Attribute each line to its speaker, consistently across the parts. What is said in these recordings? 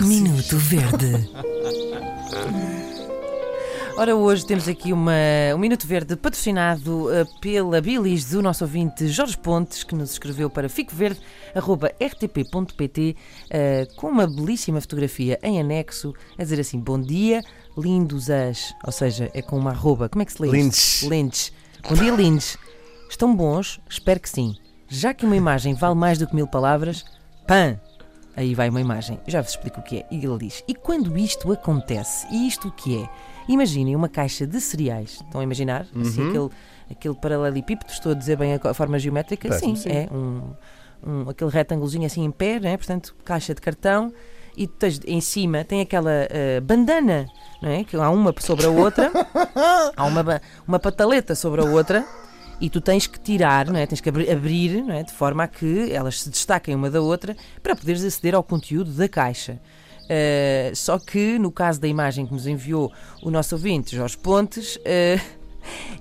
Speaker 1: Minuto Verde.
Speaker 2: Ora, hoje temos aqui uma, um Minuto Verde patrocinado eh, pela Bilis do nosso ouvinte Jorge Pontes, que nos escreveu para ficoverde.rtp.pt eh, com uma belíssima fotografia em anexo a dizer assim: Bom dia, lindos as. Ou seja, é com uma arroba. Como é que se lê isto?
Speaker 3: Lindes.
Speaker 2: Lindes. Bom dia, lindes. Estão bons? Espero que sim. Já que uma imagem vale mais do que mil palavras, PAN! Aí vai uma imagem, já vos explico o que é. E ele diz: E quando isto acontece? E isto o que é? Imaginem uma caixa de cereais. Estão a imaginar? Assim, aquele, aquele paralelepípedo, estou a dizer bem a co- a forma geométrica?
Speaker 3: Parece-me sim.
Speaker 2: é um, um- aquele retângulozinho assim em pé, né? portanto, caixa de cartão. E tu tens em cima tem aquela eh, bandana, não é? Que há uma sobre a outra, há uma, ba- uma pataleta sobre a outra, e tu tens que tirar, não é? Tens que abri- abrir, não é? De forma a que elas se destaquem uma da outra para poderes aceder ao conteúdo da caixa. Eh, só que no caso da imagem que nos enviou o nosso ouvinte, Jorge Pontes, eh,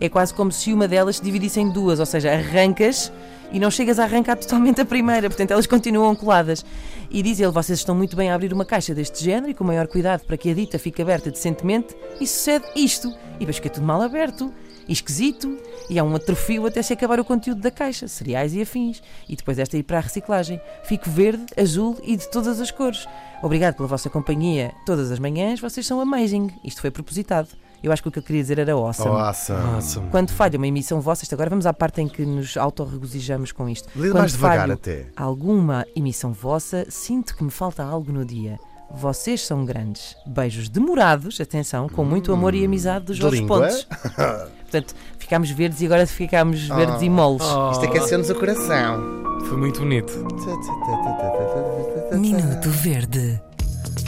Speaker 2: é quase como se uma delas se dividisse em duas, ou seja, arrancas e não chegas a arrancar totalmente a primeira, portanto elas continuam coladas. E diz ele: vocês estão muito bem a abrir uma caixa deste género e com o maior cuidado para que a dita fique aberta decentemente, e sucede isto. E depois fica tudo mal aberto, e esquisito, e há um atrofio até se acabar o conteúdo da caixa, cereais e afins. E depois esta ir para a reciclagem. Fico verde, azul e de todas as cores. Obrigado pela vossa companhia todas as manhãs, vocês são amazing. Isto foi propositado. Eu acho que o que eu queria dizer era "Oh, awesome.
Speaker 3: Awesome.
Speaker 2: Quando falha uma emissão vossa, isto agora vamos à parte em que nos autorregozijamos com isto.
Speaker 3: Lê
Speaker 2: Quando
Speaker 3: mais devagar
Speaker 2: falho
Speaker 3: até.
Speaker 2: Alguma emissão vossa, sinto que me falta algo no dia. Vocês são grandes. Beijos demorados, atenção, com muito amor e amizade dos
Speaker 3: Hum, de
Speaker 2: Jorge
Speaker 3: língua.
Speaker 2: Pontes. Portanto, ficámos verdes e agora ficámos verdes e
Speaker 3: Ah.
Speaker 2: moles.
Speaker 3: Isto é aqueceu-nos o coração.
Speaker 4: Oh, Foi muito bonito.
Speaker 1: Minuto Verde.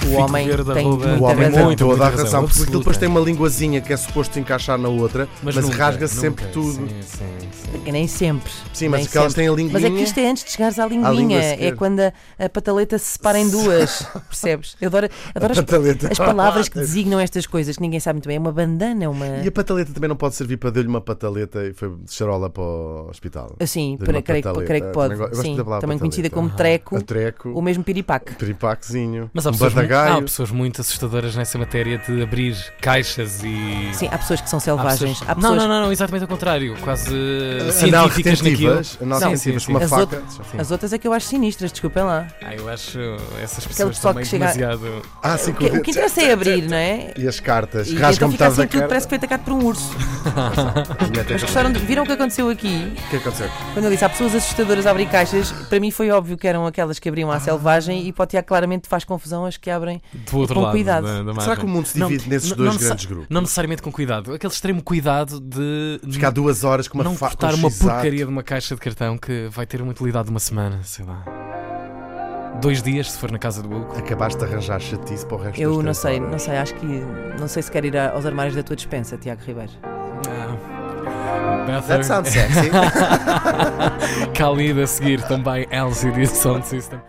Speaker 2: O homem
Speaker 4: verde,
Speaker 2: tem
Speaker 4: arroba-
Speaker 2: muita
Speaker 3: O homem tem
Speaker 2: razão.
Speaker 4: Muito,
Speaker 3: toda
Speaker 4: Ah, muita
Speaker 3: a
Speaker 4: razão,
Speaker 3: razão, porque aquilo depois
Speaker 4: absoluta.
Speaker 3: tem uma linguazinha que é suposto encaixar na outra, mas,
Speaker 4: nunca,
Speaker 3: rasga
Speaker 4: nunca.
Speaker 3: sempre tudo.
Speaker 4: Sim, sim, sim.
Speaker 2: É Nem sempre.
Speaker 3: Sim, mas
Speaker 2: nem
Speaker 3: que elas
Speaker 2: sempre.
Speaker 3: têm a linguinha.
Speaker 2: Mas é que isto é antes de chegares à linguinha.
Speaker 3: língua
Speaker 2: é
Speaker 3: sequer.
Speaker 2: quando a, a pataleta se separa em duas. percebes? Eu adoro, adoro as-
Speaker 3: pataleta.
Speaker 2: as palavras que designam estas coisas que ninguém sabe muito bem. É uma bandana, é uma.
Speaker 3: E a pataleta também não pode servir para dar-lhe uma pataleta e foi de charola para o hospital.
Speaker 2: Sim, assim,
Speaker 3: Dei-lhe
Speaker 2: para,
Speaker 3: uma
Speaker 2: creio, que-
Speaker 3: pataleta.
Speaker 2: creio que pode.
Speaker 3: tá? Também go- eu gosto
Speaker 2: Sim,
Speaker 3: da palavra Ah.
Speaker 2: também conhecida
Speaker 3: pataleta.
Speaker 2: como treco,
Speaker 3: A treco,
Speaker 2: o mesmo piripaque.
Speaker 3: piripaquezinho,
Speaker 4: Mas há
Speaker 3: um
Speaker 4: pessoas, mu- há
Speaker 3: badagaio.
Speaker 4: pessoas muito assustadoras nessa matéria de abrir caixas e.
Speaker 2: Sim, há pessoas que são
Speaker 4: Há
Speaker 2: selvagens.
Speaker 4: pessoas-
Speaker 2: Há pessoas...
Speaker 4: Não, não, não, não, exatamente ao contrário. Quase uh,
Speaker 3: Anal
Speaker 4: científicas naquilo.
Speaker 3: Ah, retentivas, anal
Speaker 4: Sim,
Speaker 3: retentivas
Speaker 4: sim,
Speaker 3: com uma
Speaker 2: sim. As
Speaker 3: faca. Sim.
Speaker 2: As outras é que eu acho sinistras, desculpem lá.
Speaker 4: Ah, eu acho essas
Speaker 2: Aquele
Speaker 4: pessoas
Speaker 2: pessoal
Speaker 4: também
Speaker 2: que chega-
Speaker 4: demasiado.
Speaker 3: Ah, sim,
Speaker 2: O
Speaker 3: com
Speaker 2: que,
Speaker 3: o
Speaker 2: o que interessa é abrir, não é?
Speaker 3: E as cartas,
Speaker 2: E então fica
Speaker 3: rasgam metade
Speaker 2: assim
Speaker 3: da
Speaker 2: tudo,
Speaker 3: cara. Ah,
Speaker 2: parece que foi atacado por um urso. Mas gostaram de... Viram o que aconteceu aqui?
Speaker 3: O que aconteceu?
Speaker 2: Quando eu disse há pessoas assustadoras a abrir caixas, para mim foi óbvio que eram aquelas que
Speaker 3: Ah.
Speaker 2: abriam à selvagem e para o Tiago claramente faz confusão as que abrem.
Speaker 4: Do outro
Speaker 2: Com
Speaker 4: lado.
Speaker 2: cuidado.
Speaker 4: Da,
Speaker 3: Será
Speaker 4: da margem.
Speaker 3: que o mundo se
Speaker 4: Não,
Speaker 3: divide nesses
Speaker 4: não-
Speaker 3: dois
Speaker 4: não
Speaker 3: grandes grupos?
Speaker 4: Não necessariamente com cuidado. Aquele extremo cuidado de.
Speaker 3: Ficar duas horas com uma
Speaker 4: não
Speaker 3: faca.
Speaker 4: cortar uma porcaria
Speaker 3: de...
Speaker 4: de uma caixa de cartão que vai ter uma utilidade de uma semana, sei lá. Dois dias, se for na casa do Hugo.
Speaker 3: Acabaste de arranjar chatice para o resto
Speaker 2: Eu
Speaker 3: das
Speaker 2: não
Speaker 3: três
Speaker 2: sei,
Speaker 3: horas.
Speaker 2: não sei, acho que não sei se quer ir a- aos armários da tua dispensa, Tiago Ribeiro.
Speaker 4: Ah,
Speaker 3: That
Speaker 4: Better. É
Speaker 3: sounds sexy.
Speaker 4: Khalid a seguir também, Elsie de Sound System.